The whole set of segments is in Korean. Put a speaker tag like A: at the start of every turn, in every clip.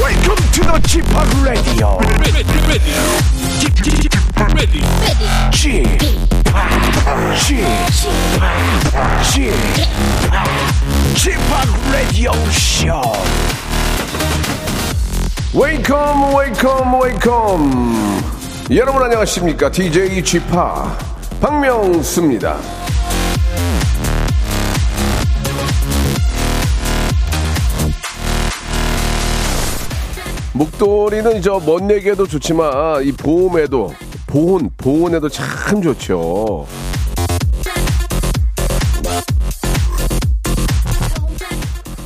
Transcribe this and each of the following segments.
A: welcome to the Chip Radio.
B: ready, ready, ready, ready,
A: Chip, Chip, Chip, Chip Radio Show.
C: 웨이컴 웨이컴 웨이컴 여러분 안녕하십니까 DJ g 파 박명수입니다 목도리는 저 먼 얘기에도 좋지만 이 보험에도 보온 보온에도 참 좋죠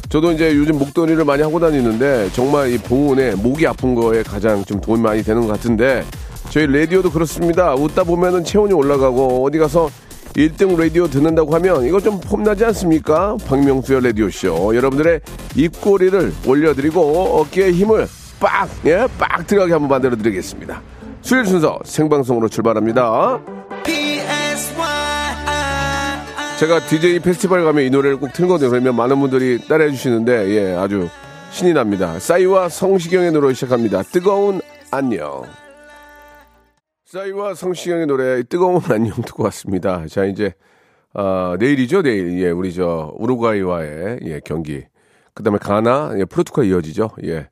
C: 저도 이제 요즘 목도리를 많이 하고 다니는데 정말 이 보온에 목이 아픈 거에 가장 좀 도움이 많이 되는 것 같은데 저희 라디오도 그렇습니다. 웃다 보면은 체온이 올라가고 어디 가서 1등 라디오 듣는다고 하면 이거 좀 폼나지 않습니까? 박명수의 라디오쇼. 여러분들의 입꼬리를 올려드리고 어깨에 힘을 빡, 예, 빡 들어가게 한번 만들어드리겠습니다. 수요일 순서 생방송으로 출발합니다. 제가 DJ 페스티벌 가면 이 노래를 꼭 틀거든요. 그러면 많은 분들이 따라해 주시는데 예, 아주 신이 납니다. 싸이와 성시경의 노래로 시작합니다. 뜨거운 안녕. 싸이와 성시경의 노래 뜨거운 안녕 듣고 왔습니다. 자, 이제 아, 내일이죠, 내일. 예, 우리 저 우루과이와의 예, 경기. 그다음에 가나, 예, 포르투갈 이어지죠. 예.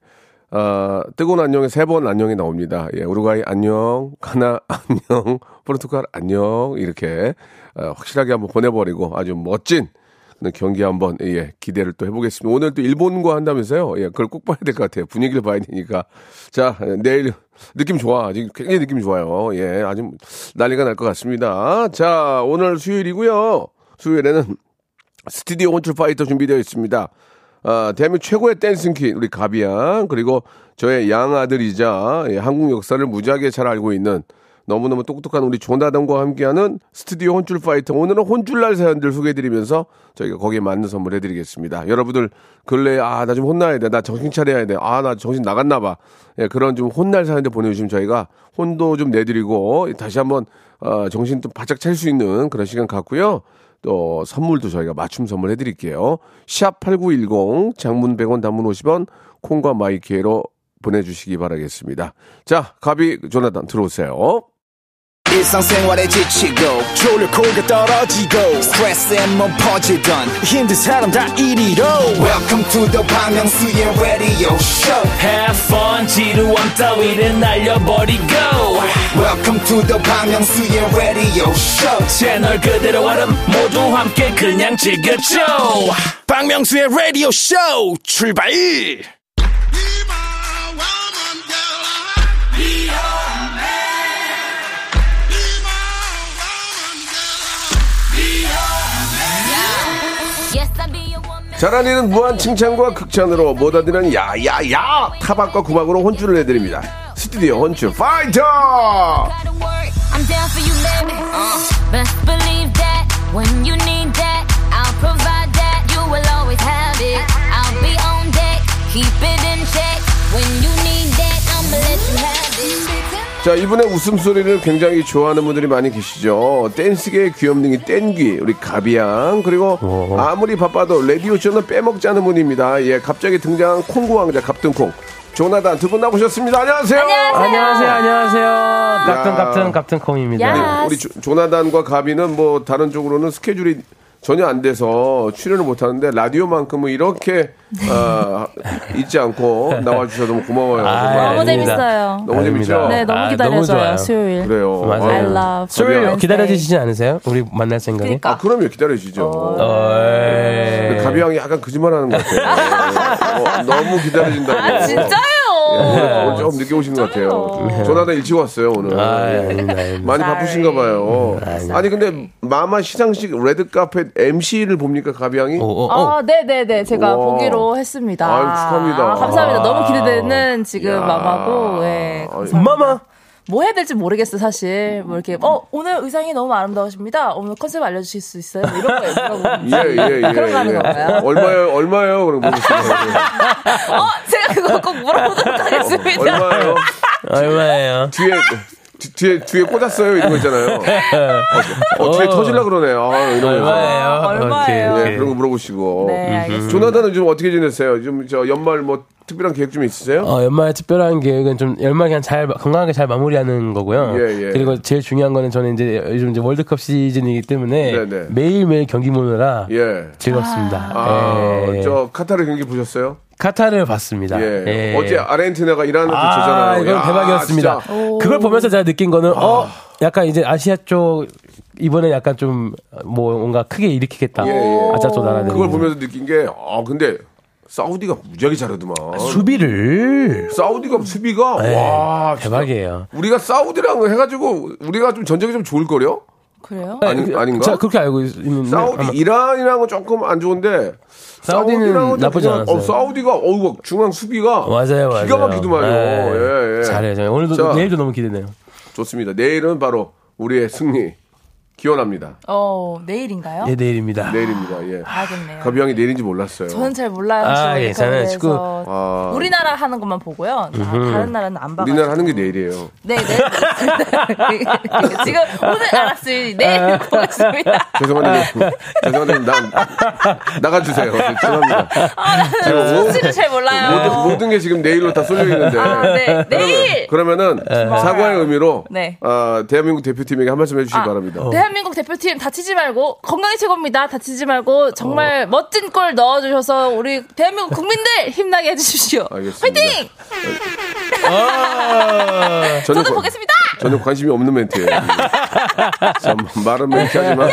C: 아, 뜨거운 안녕에 세 번 안녕이 나옵니다. 예, 우루과이 안녕, 가나 안녕, 포르투갈 안녕 이렇게 아, 확실하게 한번 보내버리고 아주 멋진 그런 네, 경기 한번 예, 기대를 또 해보겠습니다. 오늘 또 일본과 한다면서요? 예, 그걸 꼭 봐야 될 것 같아요. 분위기를 봐야 되니까. 자, 예, 내일 느낌 좋아. 지금 굉장히 느낌 좋아요. 예, 아주 난리가 날 것 같습니다. 자, 오늘 수요일이고요. 수요일에는 스튜디오 혼출 파이터 준비되어 있습니다. 아, 대한민국 최고의 댄싱퀸 우리 가비양 그리고 저의 양아들이자 예, 한국 역사를 무지하게 잘 알고 있는 너무너무 똑똑한 우리 조나단과 함께하는 스튜디오 혼줄 파이터 오늘은 혼줄날 사연들 소개해드리면서 저희가 거기에 맞는 선물 해드리겠습니다. 여러분들 근래에 아 나 좀 혼나야 돼 나 정신 차려야 돼 아 나 정신 나갔나 봐 예, 그런 좀 혼날 사연들 보내주시면 저희가 혼도 좀 내드리고 다시 한번 어, 정신 좀 바짝 찰 수 있는 그런 시간 같고요. 또 어, 선물도 저희가 맞춤 선물 해드릴게요. 샵8910 장문 100원 단문 50원 콩과 마이키에로 보내주시기 바라겠습니다. 자 가비 조나단 들어오세요.
D: 일상생활에 지치고, 졸려 코가 떨어지고, 스트레스에 몸 퍼지던, 힘든 사람 다 이리로. welcome to the Bang Myung-soo's radio show
E: Have fun 지루함 따위를 날려버리고
D: welcome to the Bang Myung-soo's radio show
E: 채널 그대로 와름 모두 함께 그냥 즐겨줘
D: 박명수의 radio show 출발
F: Yes, I be a woman.
C: 잘한 일은 무한 칭찬과 극찬으로 못하드는 야야야 타박과 구박으로 혼쭐을 내드립니다. 스튜디오 혼쭐 파이터!
F: Gotta work. I'm down for you, baby. Uh, best believe that when you need that, I'll provide that. You will always have it. I'll be on deck. Keep it in check. When you need that, I'ma let you have it.
C: 자 이분의 웃음소리를 굉장히 좋아하는 분들이 많이 계시죠. 댄스계의 귀염둥이 땡귀 우리 가비양 그리고
G: 어.
C: 아무리 바빠도 레디오쇼는 빼먹지 않은 분입니다. 예 갑자기 등장한 콩고왕자 갑등콩 조나단 두 분 나오셨습니다. 안녕하세요.
H: 네.
G: 안녕하세요, 안녕하세요. 갑튼, 갑튼, 갑튼
C: 우리-
G: 콩입니다.
C: 아, 우리 조- 조나단과 가비는 뭐 다른 쪽으로는 스케줄이 전혀 안 돼서 출연을 못 하는데 라디오만큼은 이렇게 아, 잊지 않고 나와주셔서 너무 고마워요. 정말.
H: 너무
G: 아닙니다.
H: 재밌어요.
C: 너무 재밌죠.
H: 네, 너무
G: 아, 너무
H: 기다려져요.
G: 좋아요. 네.
H: 수요일.
C: 그래요.
G: 맞아요.
H: I
C: 아유.
H: love.
G: 술
H: Wednesday.
G: 기다려지시지 않으세요? 우리 만날 생각이?
H: 그러니까.
C: 아, 그럼요. 기다려주시죠.
G: 어. 아, 어이.
C: 가비양이 약간 거짓말 하는 것 같아요. 어, 너무 기다려진다고.
H: 아, 진짜요?
C: 예, 오늘 조금 늦게 오신 것 같아요. 전화다 일찍 왔어요, 오늘.
G: 네. 아, 네.
C: 예.
G: 아닙니다, 아닙니다.
C: 많이 바쁘신가 봐요.
G: 아닙니다.
C: 아니, 근데 마마 시상식 레드카펫 MC를 봅니까, 가비양이?
G: 오, 오, 오.
H: 아, 네네네. 제가
C: 어, 와.
H: 보기로 했습니다.
C: 아유, 축하합니다.
H: 아, 감사합니다.
G: 아.
H: 너무 기대되는 지금 아, 마마고, 예.
C: 아유,
G: 마마!
H: 뭐 해야 될지 모르겠어, 사실. 뭐 이렇게, 어, 오늘 의상이 너무 아름다우십니다. 오늘 컨셉 알려주실 수 있어요? 뭐 이런 거예요. 물어보는
C: 예, 예, 예.
H: 그런 거 하는
C: 예.
H: 건가요?
C: 얼마요, 얼마요? 그럼 물어보시면
H: 어, 제가 그거 꼭 물어보도록 하겠습니다.
C: 얼마요?
G: 아, 얼마예요?
C: 뒤에, 뒤- 뒤에, 뒤에 꽂았어요? 이런 거 있잖아요. 어, 어, 뒤에 터질라 그러네. 아, 이런 거.
G: 얼마예요?
H: 얼마예요?
G: 오케이,
C: 예,
G: 오케이.
C: 그런 거 물어보시고. 음,
H: 네, 알겠습니다.
C: 조나단은 좀 어떻게 지냈어요? 요즘 저 연말 뭐 특별한 계획 좀 있으세요?
G: 어, 연말 특별한 계획은 좀 연말 그냥 잘 건강하게 잘 마무리하는 거고요.
C: 예, 예.
G: 그리고 제일 중요한 거는 저는 이제 요즘 이제 월드컵 시즌이기 때문에
C: 네, 네.
G: 매일매일 경기 보느라
C: 예.
G: 즐겁습니다.
C: 아,
G: 예.
C: 저 카타르 경기 보셨어요?
G: 카타르를 봤습니다.
C: 예.
G: 예.
C: 어제 아르헨티나가 이란한테
G: 아,
C: 졌잖아요.
G: 이건
C: 야,
G: 대박이었습니다.
C: 진짜. 아.
G: 그걸 보면서 제가 느낀 거는 어 약간 이제 아시아 쪽 이번에 약간 좀 뭐 뭔가 크게 일으키겠다.
C: 예, 예.
G: 아시아 쪽 나라들.
C: 그걸 보면서 느낀 게, 아, 근데 사우디가 무지하게 잘하더만.
G: 아, 수비를
C: 사우디가 수비가,
G: 예,
C: 와. 진짜.
G: 대박이에요.
C: 우리가 사우디랑 해가지고 우리가 좀 전적이 좀 좋을 거려?
H: 그래요?
C: 아니, 아닌가?
G: 제가 네, 그렇게 알고 있- 있는데
C: 사우디
G: 네, 아마
C: 이란이랑은 조금 안 좋은데
G: 사우디는
C: 사우디랑은 좀
G: 나쁘지
C: 그냥,
G: 않았어요.
C: 어, 사우디가 어우 중앙 수비가
G: 맞아요, 맞아요.
C: 기가 막히더만요.
G: 예.
C: 예, 예.
G: 잘해요. 잘해요. 오늘도
C: 자.
G: 내일도 너무 기대돼요.
C: 좋습니다. 내일은 바로 우리의 승리 기원합니다.
H: 어 내일인가요?
G: 예, 내일입니다.
C: 내일입니다. 예.
H: 봐야겠네요.
C: 가비 형이 내일인지 몰랐어요.
H: 저는 잘 몰라요.
G: 아,
H: 지금
G: 예, 저는
H: 그래서
G: 축구.
C: 아.
H: 우리나라 하는 것만 보고요. 아, 다른 나라는 안 봐.
C: 우리나라 하는 게 내일이에요.
H: 네, 네. 지금 오늘 알았어요. 네, 고맙습니다.
C: 죄송한데
G: 네.
C: 그- 죄송한데 나
G: 아,
C: 나가주세요. 네, 죄송합니다. 지금 모-
H: 수치를 잘 몰라요.
C: 모든, 모든 게 지금 내일로 다 쏠려 있는데.
H: 아, 네. 내일.
C: 그러면은
G: 네.
C: 사과의 의미로
H: 네. 아.
C: 아, 대한민국 대표팀에게 한 말씀 해주시기 바랍니다.
H: 대한민국 대표팀 다치지 말고 건강이 최고입니다. 다치지 말고 정말
C: 어.
H: 멋진 골 넣어주셔서 우리 대한민국 국민들 힘나게 해주십시오.
C: 알겠습니다.
H: 화이팅!
C: 저는
H: 저도
C: 관-
H: 보겠습니다.
C: 전혀 관심이 없는 멘트예요. 참 말은 멘트하지만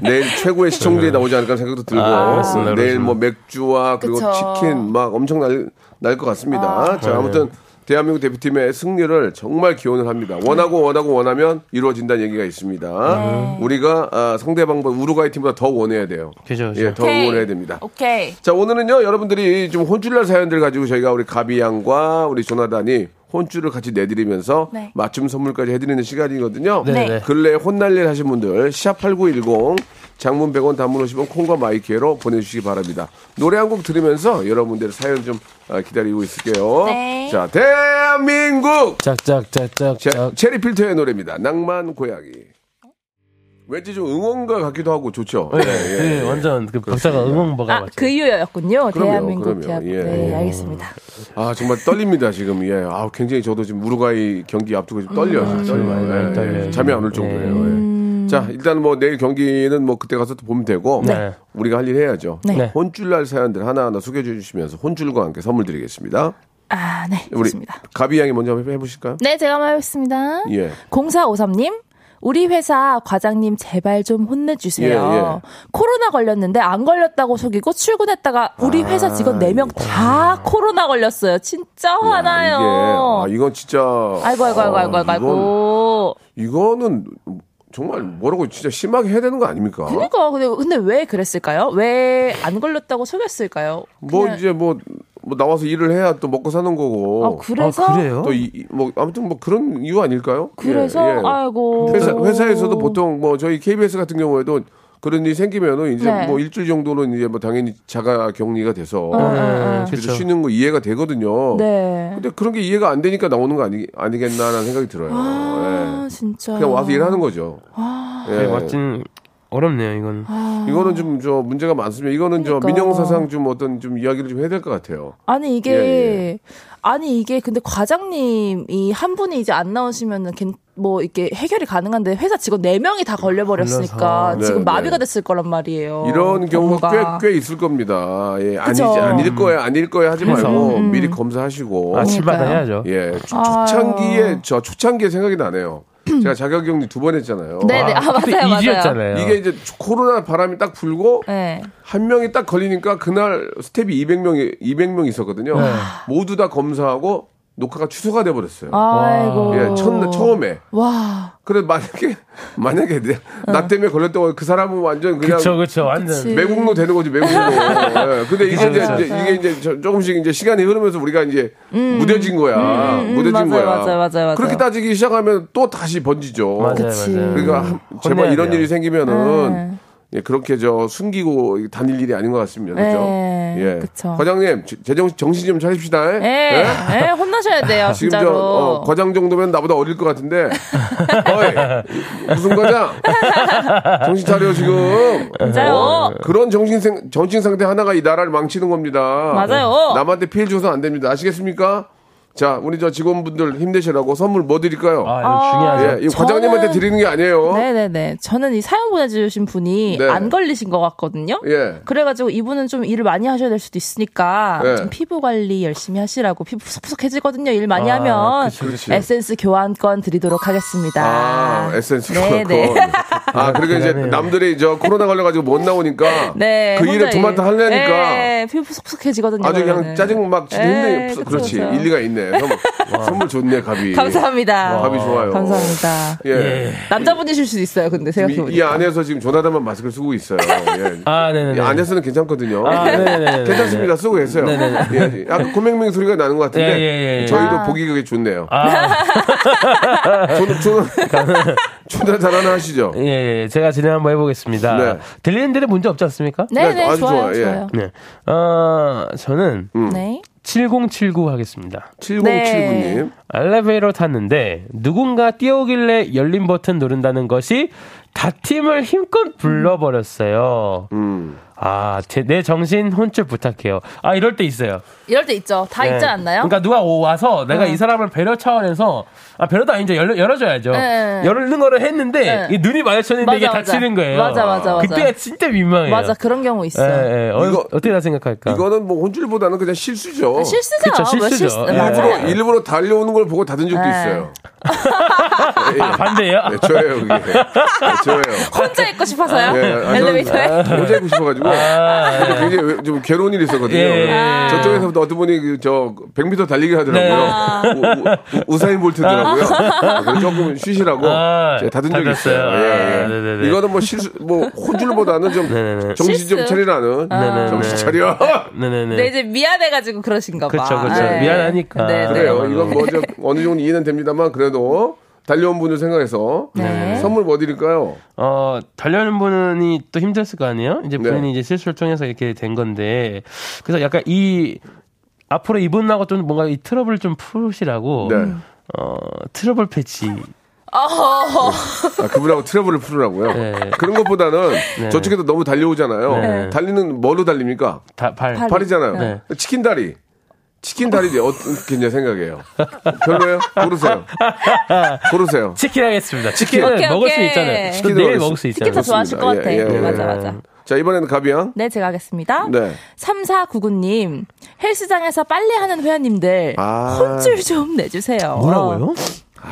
C: 내일 최고의 시청률이 나오지 않을까 생각도 들고
G: 맞습니다.
C: 내일 뭐 맥주와 그리고
H: 아, 그쵸. 네.
C: 치킨 막 엄청 날날 것 같습니다. 자 아무튼 대한민국 대표팀의 승리를 정말 기원을 합니다.
H: 네.
C: 원하고 원하고 원하면 이루어진다는 얘기가 있습니다. 우리가 아, 상대방보다 우루과이 팀보다 더 원해야 돼요.
G: 그죠, 그죠.
C: 예, 더
H: 네. 오케이.
C: 응원해야 됩니다.
H: 오케이.
C: 자 오늘은요 여러분들이 좀 혼쭐날 사연들 가지고 저희가 우리 가비 양과 우리 조나단이 혼쭐을 같이 내드리면서
H: 네.
C: 맞춤 선물까지 해드리는 시간이거든요.
G: 네, 네.
C: 근래 혼날 일 하신 분들 샵8910 장문 100원 단문 50원 콩과 마이키로 보내주시기 바랍니다. 노래 한 곡 들으면서 여러분들의 사연 좀 아, 기다리고 있을게요.
H: 네.
C: 자 대한민국 제-
G: 짝짝짝짝짝.
C: 체리 필터의 노래입니다. 낭만 고양이. 왠지 좀 응원가 같기도 하고 좋죠. 예, 예,
G: 네,
C: 예.
G: 완전 그 박자가 응원버가
H: 아,
G: 맞죠.
H: 그 이유였군요.
C: 그럼요,
H: 대한민국
C: 그럼요.
H: 대학.
C: 예.
H: 네, 알겠습니다.
C: 아 정말 떨립니다 지금 예. 아 굉장히 저도 지금 우루과이 경기 앞두고 좀 떨려요. 진짜.
G: 많이, 많이
C: 예, 예.
G: 음, 떨려요.
C: 잠이 안 올
G: 예.
C: 정도예요. 예.
H: 음.
C: 자 일단 뭐 내일 경기는 뭐 그때 가서 또 보면 되고
G: 네.
C: 우리가 할 일 해야죠.
G: 네.
C: 혼쭐날 사연들 하나하나 소개해 주시면서 혼쭐과 함께 선물 드리겠습니다.
H: 아, 네.
C: 우리
H: 좋습니다.
C: 가비 양이 먼저 한번 해보실까요?
H: 네, 제가 말했습니다.
C: 예.
H: 0453님, 우리 회사 과장님 제발 좀 혼내주세요.
C: 예,
H: 코로나 걸렸는데 안 걸렸다고 속이고 출근했다가 우리 회사
C: 아,
H: 직원 4명 다 코로나 걸렸어요. 진짜 화나요.
C: 아, 예. 이게, 아 이건 진짜
H: 네. 아이고, 아이고, 아이고, 아이고, 아이고, 아이고.
C: 이건, 이거는 정말 뭐라고 진짜 심하게 해야 되는 거 아닙니까?
H: 그러니까, 근데, 근데 왜 그랬을까요? 왜 안 걸렸다고 속였을까요?
C: 뭐
H: 그냥-
C: 이제 뭐, 뭐 나와서 일을 해야 또 먹고 사는 거고.
H: 아, 그래서?
G: 아, 그래요?
C: 또뭐 아무튼 뭐 그런 이유 아닐까요?
H: 그래서?
C: 예, 예.
H: 아이고.
C: 회사 회사에서도 보통 뭐 저희 KBS 같은 경우에도 그런 일이 생기면은 이제
H: 네. 어,
C: 뭐 일주일 정도는 이제 뭐 당연히 자가 격리가 돼서 네, 그래도
G: 그쵸.
C: 쉬는 거 이해가 되거든요.
H: 네.
C: 근데 그런 게 이해가 안 되니까 나오는 거 아니 아니겠나라는 생각이 들어요.
H: 아,
C: 예.
H: 진짜.
C: 그냥 와서 일하는 거죠. 예.
G: 네, 맞진 어렵네요, 이건. 아,
C: 이거는 좀 저 문제가 많습니다. 이거는 저
H: 그러니까.
C: 민영사상 좀 어떤 좀 이야기를 좀 해야 될 것 같아요.
H: 아니 이게
C: 예,
H: 아니 이게 근데 과장님이 한 분이 이제 안 나오시면은 괜- 뭐 이렇게 해결이 가능한데 회사 직원 네 명이 다 걸려 버렸으니까
G: 걸려서.
C: 네,
H: 지금
C: 네.
H: 마비가 됐을 거란 말이에요.
C: 이런 경우가
H: 업무가.
C: 꽤, 꽤 있을 겁니다. 예, 아니지,
H: 어, 그쵸. 음,
C: 아닐 거야, 아닐 거야 하지
G: 그래서,
C: 말고 미리 검사하시고.
G: 아, 칠마다 해야죠.
C: 예, 초,
H: 아유.
C: 창기에저 초창기에 생각이 나네요. 제가 자가격리 두 번 했잖아요.
H: 네네 아,
G: 그때
H: 맞아요 맞아요.
G: 이지였잖아요.
C: 이게 이제 코로나 바람이 딱 불고
H: 네.
C: 한 명이 딱 걸리니까 그날 스텝이 200명이 200명 있었거든요.
H: 네.
C: 모두 다 검사하고 녹화가 취소가 돼 버렸어요.
H: 아이고.
C: 예, 첫 처음에.
H: 와.
C: 그래 만약에 만약에 내-
H: 네.
C: 나 때문에 걸렸다고 그 사람은 완전 그냥
G: 그쵸, 그쵸. 완전.
H: 그치.
C: 매국노 되는 거지 매국노. 예. 근데
H: 그렇죠,
C: 이게 이제,
G: 그쵸.
C: 이제 이게 이제 저- 조금씩 이제 시간이 흐르면서 우리가 이제
H: 음.
C: 무뎌진 거야. 무뎌진
H: 맞아요,
C: 거야.
H: 맞아요, 맞아요, 맞아요.
C: 그렇게 따지기 시작하면 또 다시 번지죠.
G: 맞아요,
H: 그치. 네.
G: 맞아요. 음,
C: 그러니까 한- 제발
G: 혼내야
C: 이런
G: 돼요.
C: 일이 생기면은 예, 그렇게 저 숨기고 다닐 일이 아닌 것 같습니다. 그죠?
H: 네,
C: 예.
H: 그쵸.
C: 과장님, 제- 제정 정신 좀 차립시다.
H: 예, 예, 혼나셔야 돼요,
C: 지금 저
H: 진짜로.
C: 어, 과장 정도면 나보다 어릴 것 같은데 어이, 무슨 과장 정신 차려 지금 어,
H: 맞아요.
C: 그런 정신 생, 정신 상태 하나가 이 나라를 망치는 겁니다 어,
H: 맞아요.
C: 남한테 피해 줘서 안 됩니다 아시겠습니까 자 우리 저 직원분들 힘내시라고 선물 뭐 드릴까요
G: 아, 이거 중요하죠.
C: 예, 이 과장님한테
H: 저는-
C: 드리는 게 아니에요
H: 네네네. 저는 이 사연 보내주신 분이
C: 네.
H: 안 걸리신 것 같거든요.
C: 예.
H: 그래가지고 이분은 좀 일을 많이 하셔야 될 수도 있으니까
C: 예.
H: 좀 피부 관리 열심히 하시라고 피부 푸석푸석해지거든요. 일 많이 하면
C: 아, 그치, 그치.
H: 에센스 교환권 드리도록 하겠습니다.
C: 그렇죠. 아, 에센스
H: 네,
C: 코너
H: 네.
C: 아, 그리고 이제 남들이 저 코로나 걸려가지고 못 나오니까
H: 네,
C: 그
H: 혼자
C: 일에 도맡아 하려니까
H: 예, 피부 푸석푸석해지거든요.
C: 아주 그냥
H: 그러면은.
C: 짜증 막 진짜
H: 에이,
C: 힘내.
H: 네. 그쵸,
C: 그렇지
H: 그쵸.
C: 일리가 있네. 선물, 선물 좋네, 갑이.
H: 감사합니다.
C: 갑이 좋아요.
H: 감사합니다.
C: 예.
H: 남자분이실 수도 있어요. 근데
C: 지금
H: 생각해보니까.
C: 이, 이 안에서 지금 조나단만 마스크를 쓰고 있어요. 예.
G: 아, 네네네.
C: 이 안에서는 괜찮거든요.
G: 아,
C: 예.
G: 네네네.
C: 괜찮습니다. 쓰고 계세요.
G: 네네네.
C: 예, 약간 고맹맹 소리가 나는 것 같은데
G: 예, 예, 예, 예.
C: 저희도 보기 그게 좋네요.
G: 아,
C: 조나 조나 잘 하나 하시죠.
G: 예, 예. 제가 진행 한번 해보겠습니다.
C: 네.
G: 들리는 데는 문제 없지 않습니까?
H: 네네,
C: 아주
H: 좋아요.
C: 좋아요, 예.
H: 좋아요.
G: 네. 어, 저는
C: 음.
H: 네.
G: 7079 하겠습니다.
C: 7079님.
G: 네. 엘리베이터 탔는데 누군가 뛰어오길래 열린 버튼 누른다는 것이 다 팀을
H: 음.
G: 힘껏 불러버렸어요.
C: 음.
G: 아, 제, 내 정신 혼쭐 부탁해요. 아, 이럴 때 있어요.
H: 이럴 때 있죠. 다
G: 네.
H: 있지 않나요?
G: 그러니까 누가 오- 와서 내가 이 사람을 배려 차원에서 아 배려도 아니죠 열려, 열어줘야죠
H: 네.
G: 열는 거를 했는데
H: 네.
G: 이게 눈이 마주쳤는데
H: 맞아,
G: 이게
H: 맞아.
G: 다치는 거예요
H: 맞아, 맞아, 맞아.
G: 그때가 진짜 민망해요
H: 맞아 그런 경우
G: 예,
H: 있어요.
G: 예. 어,
C: 이거-
G: 어떻게 다 생각할까
C: 이거는 뭐 혼쭐보다는 그냥 실수죠.
H: 실수죠.
G: 그쵸,
H: 뭐
G: 실수죠.
H: 실수-
G: 예.
H: 맞아요.
C: 일부러, 일부러 달려오는 걸 보고 닫은 적도
H: 네.
C: 있어요.
G: 아, 반대예요
C: 네, 저예요, 그게. 네, 저예요.
H: 혼자 있고 싶어서요.
C: 예, 아,
H: 엘리베이터에.
G: 네.
C: 저는 모자 입고 싶어가지고 근데 굉장히 왜- 좀 괴로운 일이 있었거든요.
G: 아, 예, 예.
C: 저쪽에서부터 어떤 분이 그저 100m 달리기
G: 네.
C: 하더라고요. 우, 사인 볼트더라고요. 아, 그래서 조금 쉬시라고
G: 아,
C: 제가 닫은 적이
G: 닫았어요.
C: 있어요. 예, 예.
G: 아, 네네네.
C: 이거는 뭐 실수, 뭐 혼줄보다는 좀
G: 네네네.
C: 정신 좀
H: 실수. 아.
C: 차리라는
G: 네네네.
C: 정신 차려.
G: 네네네
H: 근데 이제 미안해가지고 그러신가 봐.
G: 그쵸, 그쵸.
H: 네.
G: 미안하니까.
H: 네, 네.
C: 그래요.
G: 네.
C: 이건 뭐 좀 어느 정도 이해는 됩니다만 그래도 달려온 분을 생각해서
H: 네.
C: 선물 뭐 드릴까요?
G: 어, 달려는 분이 또 힘들었을 거 아니에요? 이제
C: 네.
G: 본인이 이제 실수를 통해서 이렇게 된 건데. 그래서 약간 이, 앞으로 이분하고 좀 뭔가 이 트러블 좀 푸시라고.
C: 네.
G: 어, 트러블 패치.
C: 아, 그분하고 트러블을 풀으라고요.
G: 네.
C: 그런 것보다는
G: 네.
C: 저쪽에도 너무 달려오잖아요.
G: 네.
C: 달리는 뭐로 달립니까?
G: 다, 발.
H: 발.
C: 발이잖아요.
G: 네.
C: 치킨 다리. 치킨 다리 어떻게 생각해요? 별로예요? 고르세요. 고르세요.
G: 치킨 하겠습니다. 치킨을
H: 오케이,
G: 먹을
H: 오케이.
G: 수 있잖아요. 또
C: 치킨을
G: 내일
C: 먹을
G: 먹을 수
H: 치킨
G: 있잖아요.
H: 다 좋아하실 것
C: 그렇습니다.
H: 같아.
C: 예, 예, 예.
H: 맞아, 맞아.
C: 자 이번에는 가비양.
H: 네, 제가 하겠습니다.
C: 네.
H: 3499님, 헬스장에서 빨래하는 회원님들,
C: 아.
H: 혼쭐 좀 내주세요. 어,
G: 뭐라고요?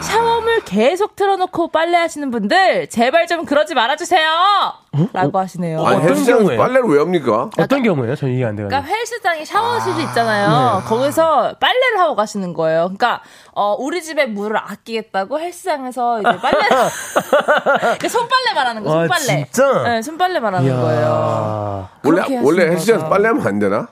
H: 샤워물 계속 틀어놓고 빨래하시는 분들, 제발 좀 그러지 말아주세요! 라고 하시네요.
C: 아니
G: 어? 어떤
C: 헬스장
G: 경우에요?
C: 빨래를 왜 합니까?
G: 어떤 경우예요? 전 이해 안 돼가지고.
H: 그러니까 헬스장이 샤워실이
G: 네.
H: 있잖아요. 거기서 빨래를 하고 가시는 거예요. 그러니까 어, 우리 집에 물을 아끼겠다고 헬스장에서 이제 빨래 그러니까 손빨래 말하는 거
G: 와,
H: 손빨래.
G: 아, 진짜?
H: 네, 손빨래 말하는 거예요.
G: 아,
C: 원래
H: 그렇게
C: 원래
H: 하시는
C: 헬스장에서
H: 거죠.
C: 빨래하면 안 되나?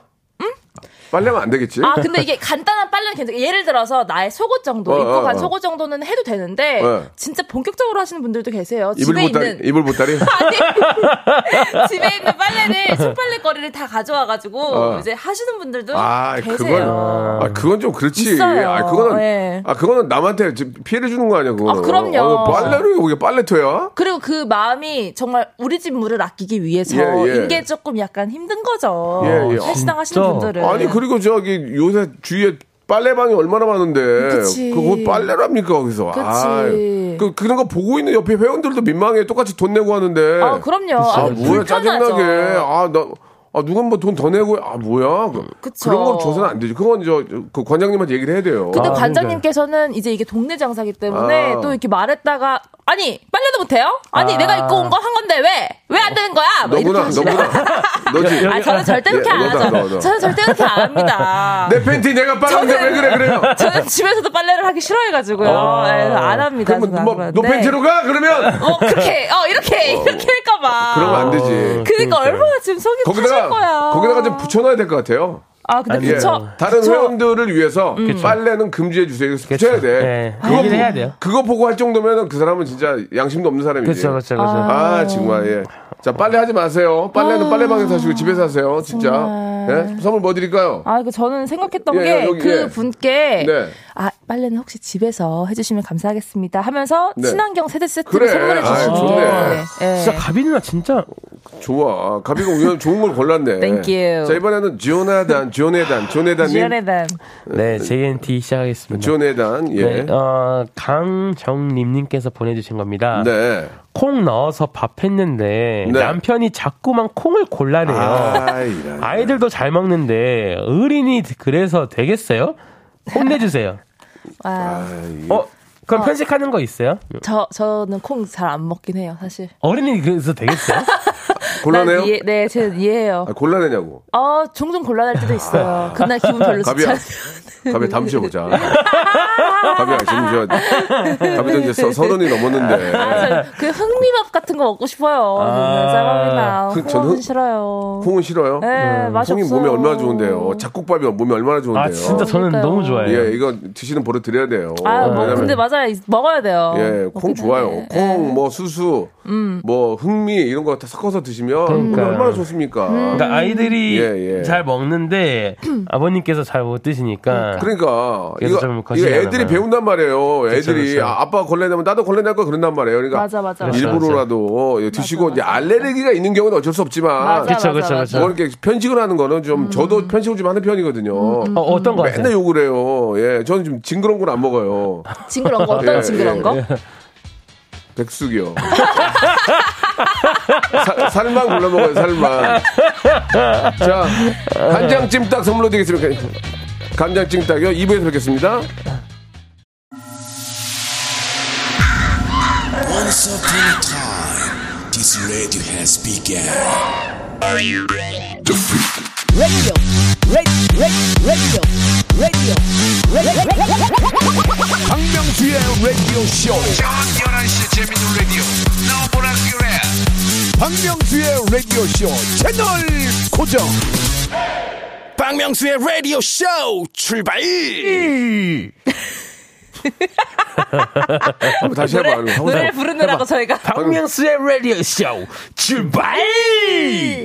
C: 빨래하면 안 되겠지.
H: 아 근데 이게 간단한 빨래는 괜찮아요. 예를 들어서 나의 속옷 정도
C: 어,
H: 입고
C: 어,
H: 간
C: 어.
H: 속옷 정도는 해도 되는데
C: 네.
H: 진짜 본격적으로 하시는 분들도 계세요.
C: 이불
H: 집에
C: 보따리
H: 있는
C: 이불 보따리.
H: 아니, 집에 있는 빨래를 손빨래 거리를 다 가져와가지고
C: 어.
H: 이제 하시는 분들도
C: 아,
H: 계세요.
C: 그건, 아, 그건 좀 그렇지.
H: 있어요.
C: 아, 그거는,
H: 예.
C: 아, 그거는 남한테 지금 피해를 주는 거 아니야, 그거.
H: 아, 그럼요.
C: 빨래로, 여기 빨래터야?
H: 그리고 그 마음이 정말 우리 집 물을 아끼기 위해서
C: 예, 예.
H: 이게 조금 약간 힘든 거죠.
C: 예, 예.
H: 헬스장 하시는
G: 진짜.
H: 분들은
C: 아니, 그리고 저기 요새 주위에 빨래방이 얼마나 많은데.
H: 그치.
C: 그거 빨래랍니까, 거기서.
H: 그치.
C: 아이, 그, 그런 거 보고 있는 옆에 회원들도 민망해. 똑같이 돈 내고 하는데.
H: 아, 그럼요.
C: 아,
H: 아,
C: 뭐야, 짜증나게. 아, 나. 아, 누가 뭐 돈 더 내고, 아, 뭐야. 그,
H: 그쵸.
C: 런걸 줘서는 안 되지. 그건 저, 그 관장님한테 얘기를 해야 돼요.
H: 근데
G: 아,
H: 관장님께서는 이제 이게 동네 장사기 때문에
C: 아.
H: 또 이렇게 말했다가 아니 빨래도 못해요? 아니
G: 아.
H: 내가 입고 온 거 한 건데 왜 왜 안 되는 거야? 뭐 이렇게
C: 너구나,
H: 하시는
C: 너구나. 너지.
H: 아 저는 절대 그렇게
C: 예, 네.
H: 안
C: 너다,
H: 하죠.
C: 너, 너.
H: 저는 절대 그렇게 안 합니다.
C: 내 팬티 내가 빨간데 왜 그래, 그래요?
H: 저는 집에서도 빨래를 하기 싫어해가지고요. 예, 안 합니다.
C: 아. 그러면
H: 저는 안
C: 뭐,
H: 그러는데.
C: 너 팬티로 가? 그러면!
H: 어 그렇게 어 이렇게 이렇게 할까봐.
C: 그러면 안
G: 어,
C: 되지.
H: 그러니까 얼마나 지금 속이 터질 거야.
C: 거기다가, 거기다가 좀 붙여놔야 될 것 같아요.
H: 아 근데
G: 아니요.
C: 예.
H: 붙여
C: 다른
H: 붙여. 음.
C: 회원들을 위해서 빨래는 금지해 주세요. 이거 붙여야 돼.
G: 예.
H: 아,
G: 얘기를
H: 뭐.
G: 해야 돼요.
C: 그거 보고 할 정도면 그 사람은 진짜 양심도 없는 사람이지.
H: 아.
G: 그렇죠, 그렇죠, 그렇죠.
C: 아, 정말, 예. 자, 빨래 하지 마세요. 빨래는 빨래방에서 하시고 집에서 하세요. 진짜.
H: 정말.
C: 예? 선물 뭐 드릴까요?
H: 아, 그 저는 생각했던
C: 예,
H: 게
C: 여기,
H: 그
C: 예.
H: 분께
C: 네.
H: 아 빨래는 혹시 집에서 해주시면 감사하겠습니다 하면서
C: 네.
H: 친환경 세대 세트를
C: 그래.
H: 선물해
C: 아이,
H: 주시는
C: 좋네.
H: 게 네.
G: 진짜 가비 누나 진짜
C: 좋아. 가비가 오늘 좋은 걸 골랐네.
H: Thank you.
C: 자, 이번에는 조나단, 조네단, 조네단님.
H: 지연에단
G: 네 JNT 시작하겠습니다.
C: 조네단, 예.
G: 네, 어, 강정림님께서 보내주신 겁니다.
C: 네.
G: 콩 넣어서 밥 했는데
C: 네.
G: 남편이 자꾸만 콩을 골라내요.
C: 아, 이런.
G: 아이들도 잘 먹는데 어린이 그래서 되겠어요? 혼내주세요.
C: 아,
H: 와.
G: 어? 그럼 편식하는 거 있어요?
H: 아,
C: 그
H: 저 저는 콩 잘 안 먹긴 해요 사실
G: 어린이 그래서 되겠어요?
C: 아, 곤란해요?
H: 난 이해, 네, 제 이해해요.
C: 아, 곤란하냐고.
H: 어, 종종 곤란할 때도 있어요. 그날 기분 별로 좋지
C: 가비야.
H: 않아요.
C: 가비 다음 주에 보자. 가비야, 지금 저, 가비도 이제 서- 서른이 넘었는데.
H: 아, 저그 흑미밥 같은 거 먹고 싶어요.
G: 아.
H: 짜장면이나
C: 그- 저는
H: 홍은
C: 흑-
H: 싫어요.
C: 콩은 싫어요? 음,
H: 네, 맛이
C: 콩이
H: 없어요.
C: 몸에 얼마나 좋은데요. 잡곡밥이 몸에 얼마나 좋은데요.
G: 아 진짜 저는
H: 그러니까요.
G: 너무 좋아해요.
C: 예, 이거 드시는 버릇 드려야 돼요.
H: 아, 뭐
C: 왜냐면-
H: 근데 맞아요. 이- 먹어야 돼요.
C: 예, 콩
H: 먹긴
C: 좋아요.
H: 하는데.
C: 콩, 뭐 수수, 뭐 흑미 이런 거 다 섞어서 드시면 몸에
G: 그러니까요.
C: 얼마나 좋습니까?
G: 그러니까 아이들이
C: 예, 예.
G: 잘 먹는데 아버님께서 잘 못 드시니까
H: 음.
C: 그러니까
G: 아, 그래서
C: 이거,
G: 좀
C: 이거
G: 거시기
C: 애들이
G: 하나봐요.
C: 배운단 말이에요. 애들이
G: 그렇죠.
C: 아, 아빠가 걸레내면 나도 걸레낼 거 그런단 말이에요. 그러니까
H: 맞아, 맞아, 맞아.
C: 일부러라도 예, 드시고
H: 맞아,
C: 이제 알레르기가 있는 경우는 어쩔 수 없지만
H: 맞아,
G: 그렇죠. 그쵸,
H: 맞아,
G: 그쵸,
H: 맞아. 음.
G: 그쵸.
C: 뭐 이렇게 편식을 하는 거는 좀 저도 편식을 좀 하는 편이거든요.
G: 어, 어떤 거
C: 맨날
G: 같아요?
C: 욕을 해요. 예, 저는 좀 징그러운 걸 안 먹어요.
H: 징그러운 거
C: 예,
H: 어떤 징그러운
C: 예.
H: 거?
C: 백숙이요. 사- 살만 골라 먹어요, 살만. 자, 간장찜닭 선물로 드리겠습니다. 간장찜닭이요. 2부에서 뵙겠습니다.
B: Once upon a time, this radio has begun.
A: 박명수의 라디오 쇼. 저녁 11시 재밌는 라디오. 나보라 그래. 박명수의 라디오 쇼 채널 고정. 박명수의 라디오 쇼 출발.
C: 한번 다시 해봐. 한번
H: 네, 노래를
C: 해봐.
H: 부르느라고 저희가
G: 박명수의 라디오 쇼 출발!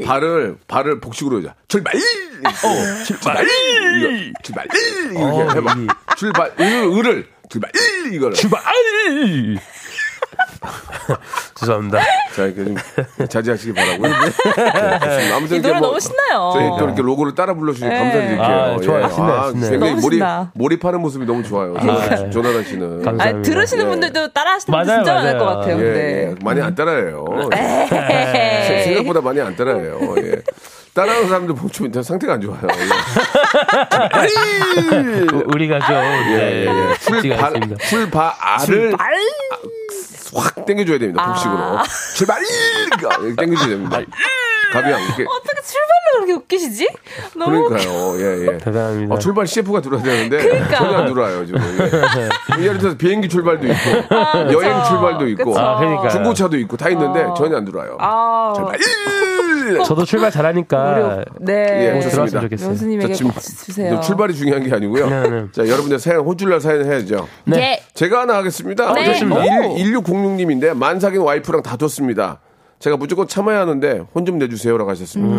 C: 발을 발을 복식으로 하자. 출발. 어, 출발. 이거, 출발. 이렇게
G: 어,
C: 해봐.
G: 이.
C: 출발. 을, 을을 출발. 이거를.
G: 출발! 죄송합니다.
C: 자, 이렇게 좀 자제하시기 바라고요. 네, 아무튼
H: 이
C: 이렇게
H: 노래
C: 뭐-
H: 너무 신나요.
C: 저희 또 이렇게 로고를 따라 불러주시니
H: 네.
C: 감사드릴게요. 예.
G: 아, 좋아요. 신나요, 신나요.
C: 굉장히
H: 너무
C: 몰입,
H: 신나. 네.
C: 몰입하는 모습이 너무 좋아요. 조- 조나단 씨는.
G: 감사합니다.
H: 아니, 들으시는
C: 예.
H: 분들도 따라 하시는 분
G: 맞아요,
H: 진짜 많을
G: 맞아요.
H: 것 같아요.
C: 예, 예.
H: 근데. 예.
C: 많이 안 따라해요.
H: 네. 에이.
C: 세- 생각보다 많이 안 따라해요. 예. 따라하는 사람들 보면 좀 상태가 안 좋아요. 예.
G: 우- 우리가 좀
C: 예, 예,
G: 네,
C: 예.
G: 쉽지가
C: 출발,
G: 않습니다.
C: 출발, 알을
H: 알!
C: 확 당겨줘야 됩니다. 복식으로.
H: 아.
C: 출발! 이렇게 당겨줘야 됩니다. 가비양, 이렇게.
H: 어떻게 출발로 그렇게 웃기시지? 너무
C: 그러니까요. 예, 예.
G: 대단합니다.
C: 아, 출발 CF가 들어야 되는데
H: 그러니까.
C: 전혀 안 들어와요 지금. 예. 예를 들어서 비행기 출발도 있고
H: 아,
C: 여행 출발도 있고
H: 그쵸.
G: 아, 그러니까.
C: 중고차도 있고 다 있는데 전혀 안 들어와요.
H: 아, 어,
G: 저도 출발 잘하니까
C: 예,
H: 네.
G: 꼭
C: 좋습니다.
G: 들어왔으면 좋겠어요.
C: 자,
H: 명수님에게
C: 지금
H: 꼭 주세요.
C: 출발이 중요한 게 아니고요.
G: 네, 네.
C: 자 여러분들 사연 호줄날 사연 해야죠.
H: 예.
C: 제가 하나 하겠습니다.
H: 네. 좋습니다. 오.
C: 1606님인데 만삭인 와이프랑 다퉜습니다. 제가 무조건 참아야 하는데 혼 좀 내주세요라고 하셨습니다.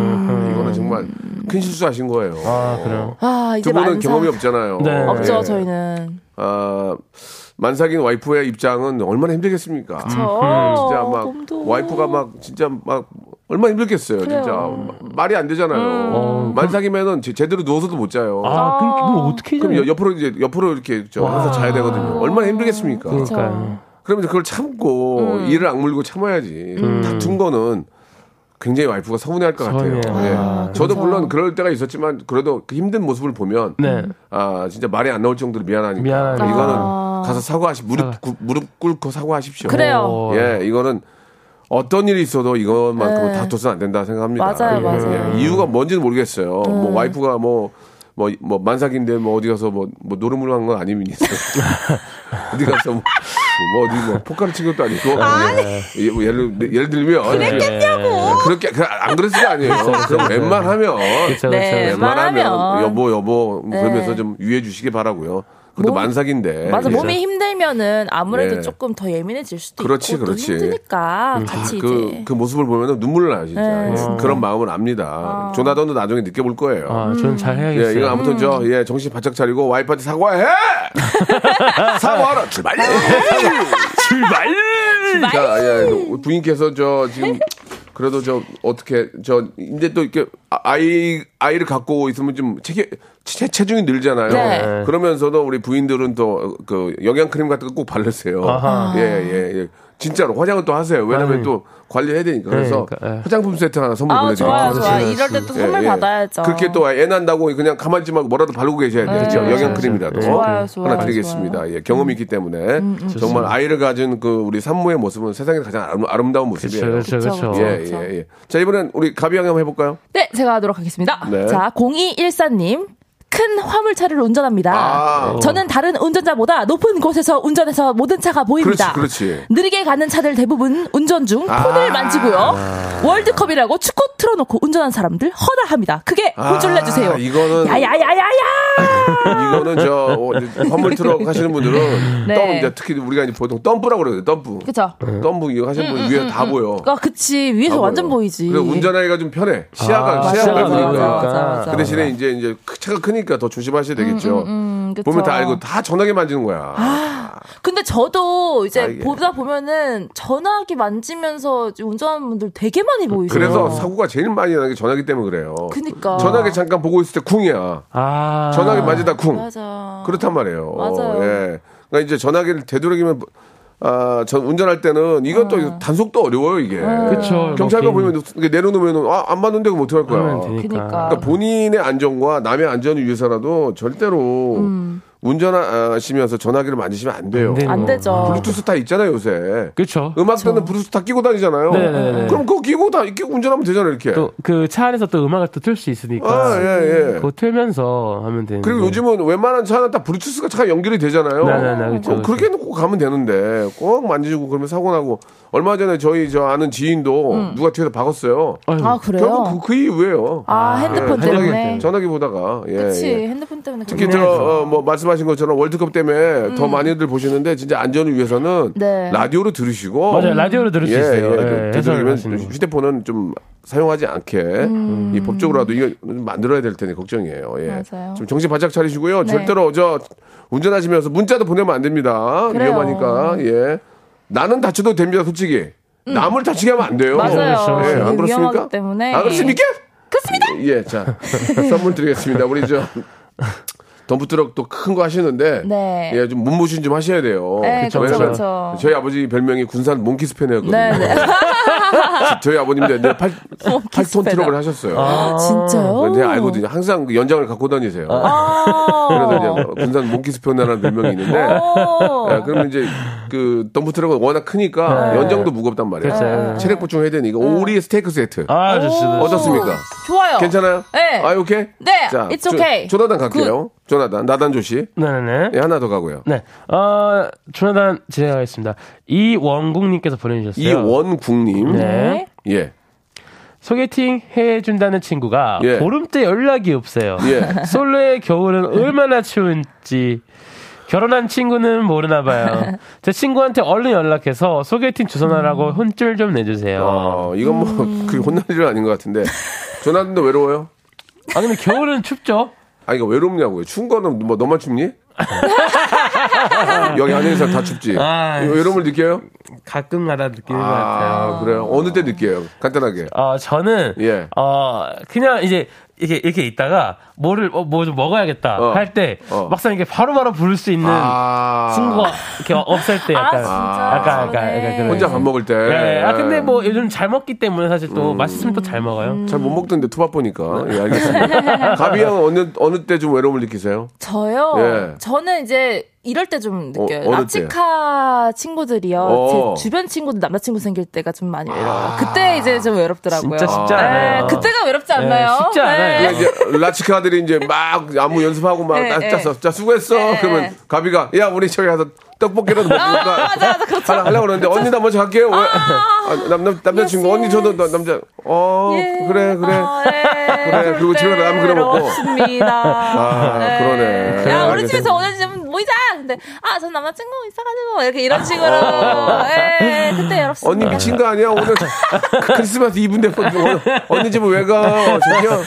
C: 이거는 정말 큰 실수하신 거예요.
G: 아, 그래요.
H: 아, 이제
C: 두 분은
H: 만삭.
C: 경험이 없잖아요.
G: 네.
H: 없죠,
C: 예.
H: 저희는.
C: 아, 만삭인 와이프의 입장은 얼마나 힘들겠습니까?
H: 저
C: 음, 진짜 막 와이프가 막 진짜 막 얼마나 힘들겠어요. 진짜 마- 말이 안 되잖아요.
H: 음.
C: 만삭이면은 제- 제대로 누워서도 못 자요.
G: 아, 그럼, 그럼 어떻게
C: 어. 그럼
G: 해요?
C: 여- 옆으로 이제 옆으로 이렇게 저 항상 자야 되거든요. 얼마나 힘들겠습니까? 그
G: 그러니까요.
C: 러면 그걸 참고
H: 음.
C: 이를 악물고 참아야지. 다툰 거는 굉장히 와이프가 서운해할 것 같아요.
G: 서운해요.
C: 예.
G: 아,
C: 저도 물론 그럴 때가 있었지만 그래도 그 힘든 모습을 보면
G: 네.
C: 아 진짜 말이 안 나올 정도로 미안하니까
G: 미안하니까.
C: 이거는 가서 사과하시 무릎 구- 무릎 꿇고 사과하십시오.
H: 아. 그래요.
C: 예, 이거는 어떤 일이 있어도 이것만큼은
H: 네.
C: 다투서는 안 된다 생각합니다.
H: 맞아요,
C: 예,
H: 맞아요. 음.
C: 예. 이유가 뭔지는 모르겠어요. 뭐 와이프가 뭐. 뭐, 뭐, 만삭인데, 뭐, 어디 가서, 뭐, 뭐, 노름을 한 건 아니면서. 어디 가서, 뭐, 뭐, 어디, 뭐, 포카를 친 것도 아니고. 예, 뭐 예를, 예를 들면.
G: 그랬겠냐고. 그렇죠,
C: 그렇게, 그, 안 그랬을 거 아니에요. 그럼 웬만하면.
G: 그쵸, 그쵸.
H: 네,
G: 그쵸.
H: 웬만하면.
C: 웬만하면 여보 여보
H: 네.
C: 그러면서 좀 유해 주시기 바라고요. 그것도
H: 몸-
C: 만삭인데.
H: 맞아 뭐
C: 예.
H: 몸이 힘들면은 아무래도
C: 예.
H: 조금 더 예민해질 수도
C: 그렇지,
H: 있고
C: 그렇지.
H: 또 힘드니까 같이
C: 그,
H: 이제
C: 그 모습을 보면 눈물 나요, 진짜.
H: 네, 아.
C: 예.
H: 진짜.
C: 그런 마음을 압니다. 조나단도 나중에 느껴볼 거예요.
G: 아,
H: 음.
G: 저는 잘
C: 예,
G: 해야겠어요. 음.
C: 이건 아무튼 저, 예, 정신 바짝 차리고 와이프한테 사과해! 사과하라! 출발!
G: 출발!
C: 자, 예, 부인께서 저, 지금, 그래도 저, 어떻게, 저, 이제 또 이렇게, 아- 아이, 아이를 갖고 있으면 좀 체계, 체, 체중이 늘잖아요.
H: 네.
C: 그러면서도 우리 부인들은 또, 그, 영양크림 같은 거 꼭 바르세요.
G: 아하.
C: 예, 예, 예. 진짜로 화장은 또 하세요. 왜냐면
G: 아니.
C: 또 관리해야 되니까. 그래서
G: 그러니까, 예.
C: 화장품 세트 하나 선물
H: 아
C: 보내드릴게요.
H: 좋아요
G: 그렇지,
H: 좋아
G: 그렇지.
H: 이럴 때 또 선물
C: 예, 예.
H: 받아야죠.
C: 그렇게 또 애 난다고 그냥 가만히 있지 말고 뭐라도 바르고 계셔야 돼요. 그렇죠? 영양크림이라도.
H: 네.
C: 음,
H: 좋아요, 좋아요, 음,
C: 하나 드리겠습니다. 예, 경험이 있기 때문에 정말 아이를 가진 그 우리 산모의 모습은 세상에서 가장 아름- 아름다운
G: 그렇죠,
C: 모습이에요.
G: 그렇죠,
H: 그쵸,
G: 그렇죠.
H: 그쵸.
C: 예, 예, 예. 자, 이번엔 우리 가비 형이 한번 해볼까요?
H: 네 제가 하도록 하겠습니다.
C: 네.
H: 자 0214님 큰 화물차를 운전합니다.
C: 아.
H: 저는 다른 운전자보다 높은 곳에서 운전해서 모든 차가 보입니다.
C: 그렇지, 아. 그렇지.
H: 느리게 가는 차들 대부분 운전 중 폰을 만지고요. 월드컵이라고 축구 틀어놓고 운전한 사람들 허다합니다. 그게 혼쭐 내주세요.
C: 아, 이거는,
H: 야야야야야!
C: 이거는 저, 어, 이제 화물 트럭 하시는 분들은
H: 네.
C: 덤, 이제 특히 우리가 이제 보통 덤프라고 그러거든요. 덤프. 네.
H: 그쵸. 음,
C: 덤프 이거 하시는 분 위에 다 보여.
H: 아, 그치. 위에서
C: 다
H: 완전
C: 보여.
H: 보이지.
C: 그래서 운전하기가 좀 편해. 시야가,
G: 아,
C: 시야가
G: 시야가
C: 넓으니까.
H: 맞아, 맞아, 맞아.
C: 그 대신에 이제 이제 크- 차가 크니까 더 조심하셔야
H: 음,
C: 되겠죠.
H: 그쵸. 아,
C: 보면 다 알고 다 전화기 만지는 거야.
H: 근데 저도 이제
C: 아, 이게.
H: 보다 보면은 전화기 만지면서 운전하는 분들 되게 많이 보이세요.
C: 그래서 사고가 제일 많이 나는 게 전화기 때문에 그래요.
H: 그니까.
C: 전화기 잠깐 보고 있을 때 쿵이야.
G: 아.
C: 전화기 맞으다 쿵.
H: 맞아.
C: 그렇단 말이에요.
H: 맞아요.
C: 예. 그러니까 이제 전화기를 되도록이면 아, 전 운전할 때는 이건
H: 아.
C: 또 단속도 어려워요, 이게.
G: 그쵸.
C: 경찰관
G: 뭐
C: 보면 이렇게 내려놓으면 아, 안 맞는데 그럼 어떡할 거야.
G: 하면 되니까.
H: 그니까.
C: 그러니까 본인의 안전과 남의 안전을 위해서라도 절대로
H: 음.
C: 운전하시면서 전화기를 만지시면 안 돼요.
G: 안 돼요.
H: 안 되죠.
C: 블루투스 다 있잖아요, 요새.
G: 그렇죠.
C: 음악 듣는 블루투스 다 끼고 다니잖아요.
G: 네네네.
C: 그럼 그거 끼고 다 이렇게 운전하면 되잖아요, 이렇게.
G: 또 그 차 안에서 또 음악을 또 틀 수 있으니까.
C: 아, 예, 예.
G: 그거 틀면서 하면 되는.
C: 그리고 요즘은 웬만한 차는 다 블루투스가 차 연결이 되잖아요.
G: 네네네, 그쵸,
C: 그럼
G: 그쵸.
C: 그렇게 놓고 가면 되는데 꼭 만지고 그러면 사고 나고 얼마 전에 저희 저 아는 지인도 누가 뒤에서 박았어요.
H: 아, 음. 그래요?
C: 결국 그, 그 이후에요.
H: 아, 핸드폰
G: 네,
C: 예, 전화기,
H: 때문에.
C: 전화기 보다가 예,
H: 그치.
C: 예.
H: 핸드폰 때문에.
C: 특히
H: 그래.
C: 저뭐 말씀하신 것처럼 월드컵 때문에 더 많이들 보시는데 진짜 안전을 위해서는
H: 음. 네.
C: 라디오로 들으시고
G: 맞아요. 라디오로 들을 수
C: 예,
G: 있어요. 예,
C: 예.
G: 해설을
C: 되도록이면
G: 하시는 분.
C: 휴대폰은 좀 사용하지 않게 이 법적으로라도 이거 만들어야 될 텐데 걱정이에요. 예.
H: 음. 맞아요.
C: 좀 정신 바짝 차리시고요.
H: 네.
C: 절대로 저 운전하시면서 문자도 보내면 안 됩니다.
H: 그래요.
C: 위험하니까. 예. 나는 다쳐도 됩니다. 솔직히. 남을 다치게 하면 안 돼요.
H: 음. 맞아요.
G: 그렇죠.
C: 예, 안
H: 이게
C: 그렇습니까?
H: 위험하기 때문에.
C: 안 그렇습니까? 그렇습니다. 예, 자 선물 드리겠습니다. 우리 저 덤프트럭 또 큰 거 하시는데
H: 네.
C: 예, 좀 몸무신 좀 하셔야 돼요.
H: 네, 그쵸,
C: 왜냐면
H: 그쵸.
C: 저희 아버지 별명이 군산 몽키스패너였거든요.
H: 네, 네.
C: 저희 아버님도 옛날 8, 톤 트럭을 하셨어요.
H: 아, 진짜요?
C: 근데 알거든요. 항상 그 연장을 갖고 다니세요.
H: 아.
C: 그래서 이제 뭐 군산 몽키스패너라는 별명이 있는데
H: 오. 네.
C: 예, 네. 그러면 이제 그 덤프트럭은 워낙 크니까 연장도 무겁단 말이에요.
H: 그렇죠.
C: 아.
G: 그쵸.
C: 체력 보충해야 되니까
H: 음.
C: 오리 스테이크 세트
G: 아, 좋습니다.
C: 어떻습니까?
H: 좋아요.
C: 괜찮아요?
H: 네.
C: 아, 오케이?
H: 네, it's
C: 조-
H: okay.
C: 조나단 갈게요. 조나단, 나단조 씨.
G: 네네네.
C: 예, 하나 더 가고요.
G: 네. 어, 조나단 진행하겠습니다. 이원국님께서
H: 네.
G: 보내주셨어요.
C: 이원국님.
G: 네.
C: 예.
G: 소개팅 해준다는 친구가
C: 예.
G: 보름째 연락이 없어요.
C: 예.
G: 솔로의 겨울은 얼마나 추운지 결혼한 친구는 모르나 봐요. 제 친구한테 얼른 연락해서 소개팅 주선하라고 혼쭐 좀 내주세요.
C: 어, 이건 뭐,
H: 음.
C: 그 혼날 일은 아닌 것 같은데. 조나단도 외로워요?
G: 아 근데 겨울은 춥죠?
C: 아니, 그러니까 외롭냐고요. 추운 거는 뭐, 너만 춥니? 여기 안에 있는 사람 다 춥지.
G: 아,
C: 이 외로움을 느껴요?
G: 가끔가다 느끼는 것 같아요.
C: 아, 그래요? 어느 때 느껴요? 간단하게.
G: 어 저는
C: 예.
G: 어 그냥 이제 이렇게 이렇게 있다가 뭐를 뭐 좀 먹어야겠다
C: 어.
G: 할 때
C: 어.
G: 막상 이렇게 바로바로 부를 수 있는
C: 아.
G: 친구가 이렇게 없을 때
H: 아,
G: 약간
H: 진짜.
G: 약간 약간 약간
H: 그러네.
G: 그런
C: 혼자 밥 먹을 때.
G: 네. 아 근데 뭐 요즘 잘 먹기 때문에 사실 또
C: 음.
G: 맛있으면 또 잘
H: 음,
G: 먹어요.
C: 잘 못 먹던데 투밥 보니까.
G: 네.
C: 예, 알겠습니다. 가비 형은 어느, 어느 때 좀 외로움을 느끼세요?
H: 저요?
C: 예.
H: 저는 이제 이럴 때 좀 느껴요.
C: 어, 어느
H: 납치카 친구들이요.
C: 어.
H: 제 주변 친구들 남자친구 생길 때가 좀 많이 외로워요. 그때 이제 좀 외롭더라고요.
G: 진짜 쉽지
C: 아.
G: 않아요.
H: 네, 그때가 외롭지 않나요?
G: 쉽지 않아요.
H: 네.
C: 그러니까 이제 라치카들이 이제 막 안무 연습하고 막
H: 네,
C: 딱
H: 네.
C: 짰어. 자, 수고했어.
H: 네.
C: 그러면 가비가 야, 우리 저기 가서 떡볶이라도 먹을까?
H: 맞아, 맞아, 그렇죠.
C: 하려- 하려고 그러는데 언니 나 먼저 갈게요. 왜? 아, 남, 남, 남자친구
H: Yes,
C: 언니 저도 나- 남자 어
H: 예.
C: 그래 그래
H: 아, 예.
C: 그래, 그리고 집에 가면 그래 먹고.
H: 외롭습니다.
C: 아, 그러네.
H: 야,
C: 네,
H: 우리
C: 알겠습니다.
H: 집에서 오늘 좀 모이자. 근데 아 전 남자친구 있어가지고 이렇게 이런 식으로 예, 그때
C: 아.
H: 열었습니다.
C: 언니 미친 거 아니야? 오늘 그 크리스마스 이브인데 오늘 언니 집은 왜 가? 저기요.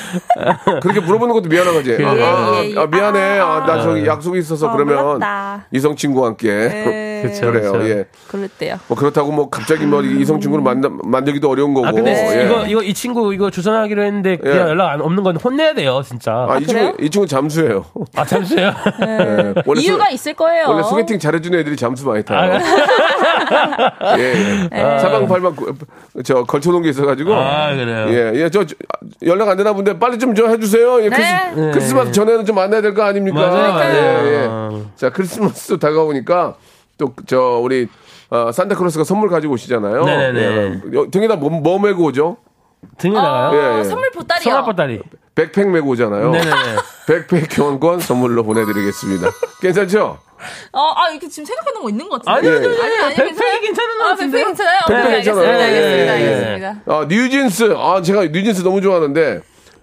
C: 그렇게 물어보는 것도 미안한 거지. 아, 아,
H: 예, 예.
C: 아, 미안해. 아, 나
H: 아.
C: 저기 약속이 있어서
H: 아,
C: 그러면
H: 몰랐다.
C: 이성 친구와 함께
H: 예,
G: 그쵸,
C: 그래요.
G: 그쵸.
C: 예.
H: 그랬대요.
C: 뭐 그렇다고 뭐 갑자기 뭐
H: 음.
C: 이성 친구를 만나, 만들기도 어려운 거고.
G: 아 근데
C: 예.
G: 이거 이거 이 친구 이거 주선하기로 했는데 그냥
C: 예.
G: 연락 안- 없는 건 혼내야 돼요 진짜.
C: 아, 이
H: 그래요?
C: 친구 이 친구 잠수예요.
G: 아 잠시요.
H: 네.
C: 예. 원래
H: 이유가
C: 소-
H: 있을 거예요.
G: 어.
C: 원래 소개팅 잘해주는 애들이 잠수 많이 타요.
G: 아,
C: 예, 예. 사방팔방 구- 저 걸쳐놓은 게 있어가지고.
G: 네. 아, 그래요?
C: 예, 예, 저, 저, 연락 안 되나 본데 빨리 좀 저 해주세요. 예,
H: 네.
C: 크리스, 크리스마스 전에는 좀 만나야 될 거 아닙니까?
G: 맞아요, 맞아요.
C: 예, 예. 자, 크리스마스도 다가오니까 또 저 우리 어, 산타크로스가 선물 가지고 오시잖아요.
G: 네네네.
C: 예, 어, 등에다 뭐, 뭐 메고 오죠?
G: 등에
H: 어,
G: 나가요?
C: 예, 예.
H: 선물 보따리요.
G: 서랍 보따리.
C: 백팩 메고 오잖아요.
G: 네네네.
C: 백팩 교환권 선물로 보내드리겠습니다. 괜찮죠?
H: 어, 아 이렇게 지금 생각하는 거 있는 것 같은데.
C: 예.
G: 아니요, 아니요,
H: 아니,
G: 아니요.
H: 아니,
G: 백팩이 괜찮은 것
H: 아, 백팩
G: 같은데.
H: 괜찮아요?
C: 백팩
H: 오케이,
C: 괜찮아요.
H: 알겠습니다.
C: 예, 예, 예.
H: 알겠습니다. 알겠습니다.
C: 아, 뉴진스. 아, 제가 뉴진스 너무 좋아하는데,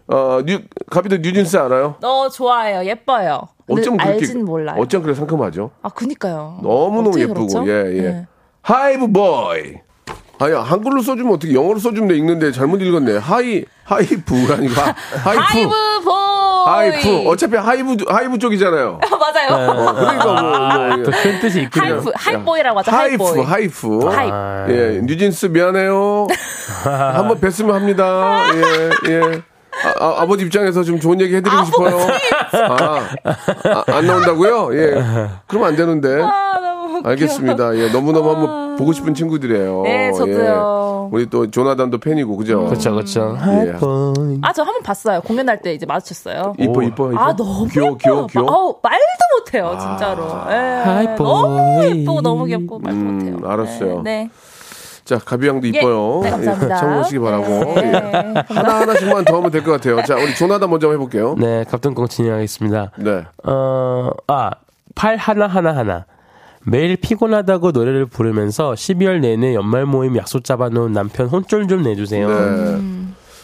C: 어, 뉴, 가피도 뉴진스 알아요?
H: 너 좋아해요. 예뻐요. 근데
C: 어쩜 그렇게,
H: 네, 알진 몰라요.
C: 어쩜 그렇게 상큼하죠?
H: 아, 그니까요.
C: 너무너무
H: 어떻게
C: 예쁘고,
H: 그렇죠?
C: 예, 예.
H: 네.
C: 하이브 보이. 아야, 한글로 써주면 어떻게, 영어로 써주면 내 읽는데 잘못 읽었네. 하이, 하이브가 아니고, 하- 하이프.
H: 하이브 보이.
C: 하이프. 어차피 하이브, 하이브 쪽이잖아요.
H: 아, 맞아요.
C: 그러니까 뭐, 뭐. 예.
G: 또큰 뜻이 있군요.
H: 하이프, 하이보이라고 하죠. 하이보이.
C: 하이프, 하이프.
H: 하이프.
C: 예, 뉴진스 미안해요. 한번 뵀으면 합니다. 예, 예. 아, 버지 입장에서 좀 좋은 얘기 해드리고 싶어요. 아, 아, 안 나온다고요? 예. 그러면 안 되는데.
H: 아, 너무 웃겨. 아.
C: 알겠습니다. 예, 너무너무 한번 보고 싶은 친구들이에요.
H: 네, 저도요. 음.
C: 예. 우리 또 조나단도 팬이고, 그죠?
G: 그렇죠, 그렇죠.
C: 예.
H: 아, 저 한 번 봤어요. 공연할 때 이제 마주쳤어요.
C: 이뻐, 이뻐, 이뻐.
H: 아, 너무
C: 귀여워,
H: 예뻐요.
C: 귀여워, 귀여워. 아,
H: 마- 어우, 말도 못해요, 진짜로. 예.
G: 하이보이.
H: 너무 예쁘고, 너무 귀엽고, 말도
C: 음,
H: 못해요.
C: 알았어요.
H: 네.
C: 자, 가비양도
H: 예,
C: 이뻐요.
H: 네, 감사합니다.
C: 참 오시기 바라고.
H: 네.
C: 예. 하나하나씩만 더 하면 될 것 같아요. 자, 우리 조나단 먼저 한번 해볼게요.
G: 네, 갑등공 진행하겠습니다.
C: 네.
G: 어, 아, 팔 하나 하나 하나. 매일 피곤하다고 노래를 부르면서 12월 내내 연말 모임 약속 잡아놓은 남편 혼쭐 좀 내주세요.
C: 네.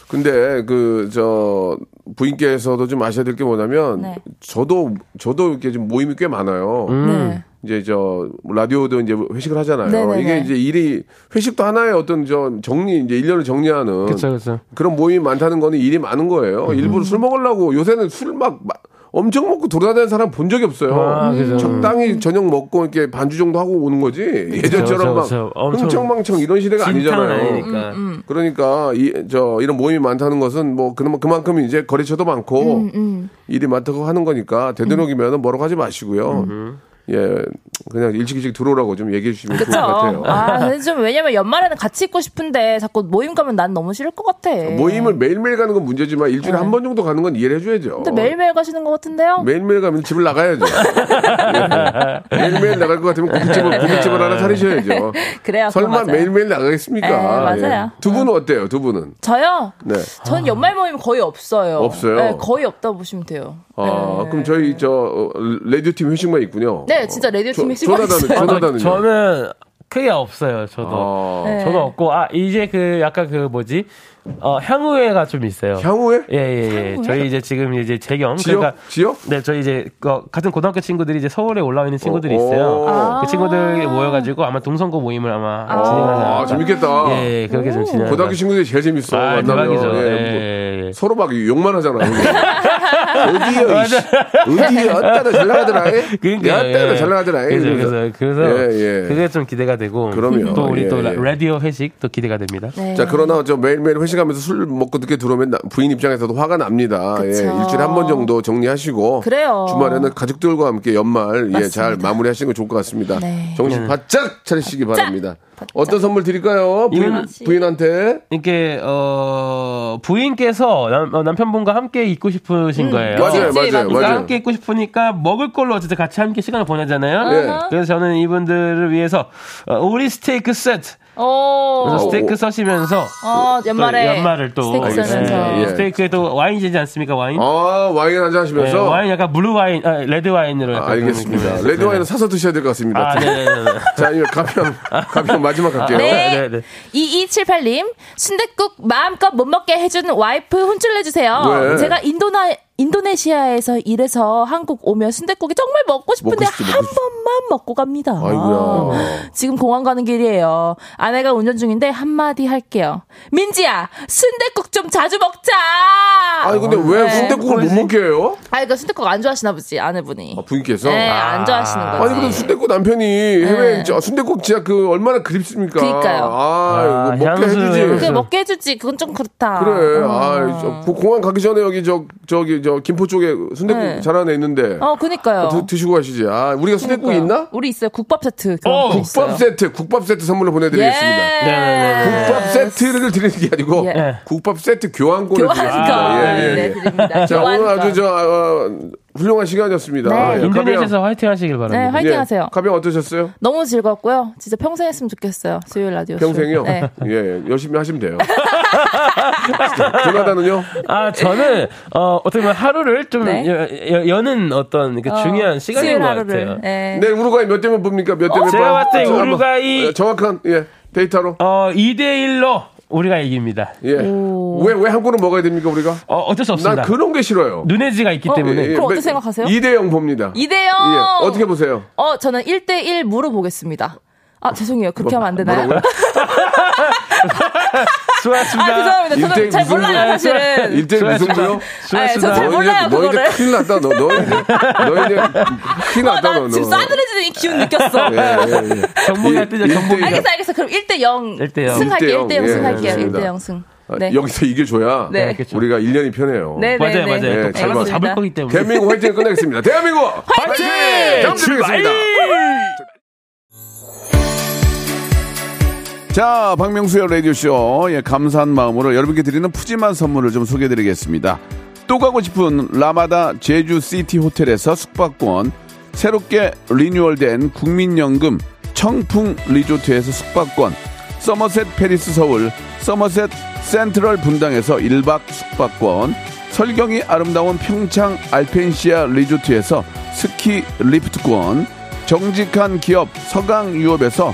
C: 근데 그 저 부인께서도 좀 아셔야 될 게 뭐냐면
H: 네.
C: 저도 저도 이렇게 좀 모임이 꽤 많아요.
G: 음.
H: 네.
C: 이제 저 라디오도 이제 회식을 하잖아요.
H: 네네네.
C: 이게 이제 일이 회식도 하나의 어떤 저 정리 이제 일년을 정리하는
G: 그렇죠, 그렇죠.
C: 그런 모임이 많다는 거는 일이 많은 거예요.
G: 음.
C: 일부러 술 먹으려고 요새는 술 막 엄청 먹고 돌아다니는 사람 본 적이 없어요. 음.
G: 아, 그죠.
C: 적당히 저녁 먹고 이렇게 반주 정도 하고 오는 거지. 예전처럼 막
G: 그죠, 그죠. 엄청
C: 흥청망청 이런 시대가
G: 진탕은
C: 아니잖아요.
G: 아니니까.
H: 음,
C: 그러니까 이 저 이런 모임이 많다는 것은 뭐 그나마 그만큼 이제 거래처도 많고
H: 음,
C: 일이 많다고 하는 거니까 되도록이면 은 뭐라고 하지 마시고요. 예, 그냥 일찍 일찍 들어오라고 좀 얘기해 주시면
H: 그쵸.
C: 좋을 것 같아요.
H: 아, 근데 좀 왜냐면 연말에는 같이 있고 싶은데 자꾸 모임 가면 난 너무 싫을 것 같아.
C: 모임을 매일매일 가는 건 문제지만 일주일에 한 번 정도 가는 건 이해를 해줘야죠.
H: 네. 근데 매일매일 가시는 것 같은데요?
C: 매일매일 가면 집을 나가야죠. 예. 매일매일 나갈 것 같으면
G: 네.
C: 고깃집을, 고깃집을 하나 차리셔야죠.
H: 그래요, 그건
C: 설마
H: 맞아요.
C: 매일매일 나가겠습니까? 예.
H: 네, 맞아요.
C: 두 분은 어때요, 두 분은?
H: 저요?
C: 네.
H: 전 연말 모임 거의 없어요.
C: 없어요?
H: 네, 거의 없다 보시면 돼요.
C: 아, 그럼 저희 저 어, 레디오팀 회식만 있군요.
H: 네, 진짜 레디오팀
C: 조-
H: 회식만
C: 조나단은,
H: 있어요.
C: 조나단은요?
G: 저는 크게 없어요, 저도.
C: 아,
H: 네.
G: 저도 없고, 아, 이제 그 약간 그 뭐지? 어, 향후회가 좀 있어요.
C: 향후에?
G: 예, 예, 예. 저희 이제 지금 이제 재경.
C: 지역?
G: 그러니까
C: 지역?
G: 네, 저희 이제 어, 같은 고등학교 친구들이 이제 서울에 올라와 있는 친구들이
C: 어,
G: 있어요.
C: 오. 아.
G: 그 친구들이 모여가지고 아마 동성고 모임을 아마 진행하지
C: 아,
G: 않을까.
C: 재밌겠다.
G: 예, 예, 그렇게 좀 진행.
C: 고등학교 친구들이 제일 재밌어.
G: 아,
C: 만나면.
G: 대박이죠.
C: 예, 뭐
G: 예, 예.
C: 서로 막 욕만 하잖아. 어디야, 이씨. 어디야, 어따다 잘 나가더라.
G: 그러니까
C: 어따다 잘 나가더라.
G: 그래서 그래서, 그래서
C: 예, 예.
G: 그게 좀 기대가 되고.
C: 그럼요.
G: 또 우리
C: 예,
G: 또
C: 예.
G: 라디오 회식 또 기대가 됩니다.
H: 네.
C: 자, 그러나 저 매일매일 회식하면서 술 먹고 늦게 들어오면 나- 부인 입장에서도 화가 납니다. 예,
H: 그쵸.
C: 일주일에 한 번 정도 정리하시고.
H: 그래요.
C: 주말에는 가족들과 함께 연말, 예, 잘 마무리 하시는 거 좋을 것 같습니다.
H: 네.
C: 정신 바짝 차리시기 바랍니다. 어떤 선물 드릴까요? 부인,
G: 이거는-
C: 부인한테.
G: 이렇게 어 부인께서 남, 어, 남편분과 함께 있고 싶으신
H: 음,
G: 거예요.
C: 맞아요,
H: 맞지,
C: 맞아요,
H: 맞지.
G: 그러니까
C: 맞아요.
G: 함께 있고 싶으니까 먹을 걸로 어쨌든 같이 함께 시간을 보내잖아요.
C: 예.
G: 그래서 저는 이분들을 위해서 어, 오리 스테이크 세트
H: 오.
G: 그래서
C: 어,
G: 스테이크
C: 오.
G: 써시면서
H: 어, 연말에.
G: 또 연말을 또
H: 스테이크
C: 알겠습니다.
H: 썰면서.
C: 예.
G: 스테이크에도 와인이지 않습니까 와인?
C: 아, 와인 한잔
G: 네,
C: 하시면서.
G: 와인 약간 블루 와인, 아, 레드 와인으로
C: 아,
G: 약간 그런
C: 알겠습니다.
G: 느낌으로
C: 레드 와인은
G: 해서.
C: 사서 드셔야 될 것 같습니다.
G: 아, 네, 네, 네.
C: 자, 이거 가평, 가평 마지막 갈게요.
G: 네,
H: 네.
G: 네.
H: 2278님, 순댓국 마음껏 못 먹게 해주는 와이프 혼쭐 내주세요.
C: 왜?
H: 제가 인도나, 인도네시아에서 일해서 한국 오면 순댓국이 정말 먹고 싶은데
C: 먹고 싶지, 먹고
H: 한
C: 싶지.
H: 번만 먹고 갑니다. 어.
C: 아이고야.
H: 지금 공항 가는 길이에요. 아내가 운전 중인데 한마디 할게요. 민지야, 순댓국 좀 자주 먹자.
C: 아니 근데 왜
H: 네.
C: 순대국을 못 먹게 해요?
H: 아, 그러니까 순댓국 안 좋아하시나 보지 아내분이.
C: 아, 부인께서.
H: 네, 안 좋아하시는 예. 거지.
C: 아니 근데 순대국 남편이 해외 순대국 진짜 그 얼마나 그립습니까?
H: 그러니까요.
C: 아,
G: 아,
C: 이거 먹게
G: 향수,
H: 그
C: 해주지.
G: 향수.
H: 먹게 해주지. 그건 좀 그렇다.
C: 그래.
H: 어.
C: 아, 저, 그 공항 가기 전에 여기 저 저기 저 김포 쪽에 순대국
H: 네.
C: 잘하는 애 있는데
H: 어, 그니까요.
C: 드, 드시고 가시지. 아, 우리가 순대국 있나?
H: 우리 있어요. 국밥 세트. 그런
G: 어,
H: 거 있어요.
C: 국밥 세트, 국밥 세트 선물로 보내드리겠습니다.
H: 예.
G: 네네네.
C: 국밥 세트를 드리는 게 아니고
H: 예.
C: 국밥 세트 교환권을
H: 교환권.
C: 드리겠습니다. 예, 예, 예.
H: 네, 드립니다.
C: 자, 오늘
H: 교환권.
C: 아주 저 어, 훌륭한 시간이었습니다.
H: 네.
C: 예, 가비양.
G: 인도네시아에서 화이팅 하시길
H: 네,
G: 바랍니다.
H: 화이팅 하세요.
C: 가병 어떠셨어요?
H: 너무 즐겁고요. 진짜 평생 했으면 좋겠어요. 수요일 라디오. 쇼.
C: 평생이요?
H: 네.
C: 예, 예, 열심히 하시면 돼요. 조나단은요?
G: 아, 저는, 어, 어떻게 보면 하루를 좀
H: 네.
G: 여, 여, 여는 어떤 그
H: 어,
G: 중요한 시간인
H: 수요일
G: 것
H: 하루를.
G: 같아요.
H: 네.
C: 네, 우루과이 몇 대면 봅니까? 몇 대면
G: 제가 봤을 때 우루과이-
C: 정확한, 예, 데이터로.
G: 어, 2대1로 우리가 이깁니다.
C: 예. 왜, 왜 한 골은 먹어야 됩니까, 우리가?
G: 어, 어쩔 수 없습니다.
C: 난 그런 게 싫어요. 예,
G: 눈해지가 있기 때문에.
H: 그럼 어떻게 생각하세요?
C: 2대0 봅니다.
H: 이대요.
C: 예, 어떻게 보세요?
H: 어, 저는 1대1 물어보겠습니다. 아, 죄송해요. 그렇게 하면 안 되나요?
C: 뭐라고요?
H: 아,
G: 수고하셨습니다.
H: 죄송합니다.
C: 일대일
H: 저는 잘
C: 무슨
H: 몰라요, 사실은.
C: 1대1 무승부요?
H: 아,
G: 수고하셨습니다.
H: 저잘
C: 너
H: 몰라요,
C: 이제, 너 이제
H: 그거를.
C: 큰일 났다, 너. 너 이제, 너 이제 큰일
H: 아,
C: 났다, 너.
H: 나 지금
C: 너.
H: 싸늘해지는 기운 느꼈어.
C: 예, 예, 예.
G: 정봉이가 뜨죠,
C: 일-
G: 정봉이가.
C: 일대일.
H: 알겠어, 알겠어. 그럼 1대0
G: 일대 영.
H: 승할게요. 1대0
C: 예,
H: 승할게요.
C: 좋습니다.
H: 1대0 승.
C: 아,
H: 네.
C: 여기서 이겨줘야
H: 네.
G: 네, 그렇죠.
C: 우리가 1년이 편해요.
H: 네,
G: 맞아요, 맞아요.
C: 네,
G: 또
C: 잘
G: 잡아 잡을
H: 봤습니다.
G: 거기 때문에. 네,
C: 대한민국 화이팅 끝내겠습니다. 대한민국 화이팅! 다음 주에 뵙겠습니다.
A: 자, 박명수의 라디오쇼. 예, 감사한 마음으로 여러분께 드리는 푸짐한 선물을 좀 소개해 드리겠습니다. 또 가고 싶은 라마다 제주시티 호텔에서 숙박권, 새롭게 리뉴얼된 국민연금 청풍 리조트에서 숙박권, 서머셋 페리스 서울, 서머셋 센트럴 분당에서 1박 숙박권, 설경이 아름다운 평창 알펜시아 리조트에서 스키 리프트권, 정직한 기업 서강유업에서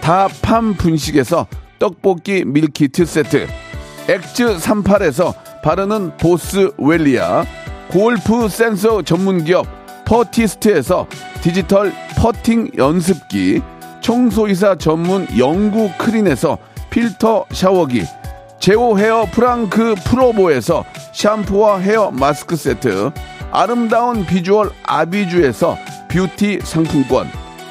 A: 다팜 분식에서 떡볶이 밀키트 세트 엑즈 38에서 바르는 보스 웰리아 골프 센서 전문기업 퍼티스트에서 디지털 퍼팅 연습기 청소이사 전문 영구 크린에서 필터 샤워기 제오 헤어 프랑크 프로보에서 샴푸와 헤어 마스크 세트 아름다운 비주얼 아비주에서 뷰티 상품권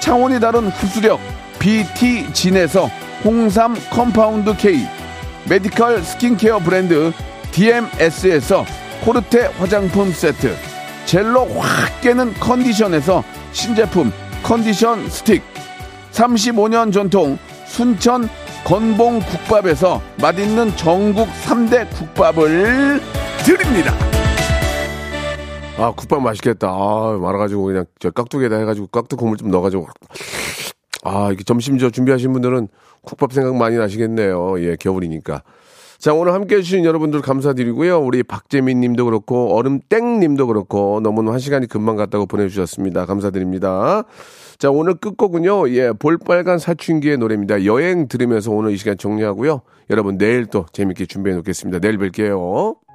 A: 창원이 다른 흡수력 BT진에서 홍삼 컴파운드 K 메디컬 스킨케어 브랜드 DMS에서 코르테 화장품 세트 젤로 확 깨는 컨디션에서 신제품 컨디션 스틱 35년 전통 순천 건봉 국밥에서 맛있는 전국 3대 국밥을 드립니다.
C: 아, 국밥 맛있겠다. 아, 말아가지고 그냥 저 깍두기에다 해가지고 깍두 국물 좀 넣어가지고. 아, 이렇게 점심 저 준비하신 분들은 국밥 생각 많이 나시겠네요. 예, 겨울이니까. 자, 오늘 함께 해주신 여러분들 감사드리고요. 우리 박재민 님도 그렇고, 얼음땡 님도 그렇고, 너무나 한 시간이 금방 갔다고 보내주셨습니다. 감사드립니다. 자, 오늘 끝곡은요, 예, 볼빨간 사춘기의 노래입니다. 여행 들으면서 오늘 이 시간 정리하고요. 여러분, 내일 또 재밌게 준비해 놓겠습니다. 내일 뵐게요.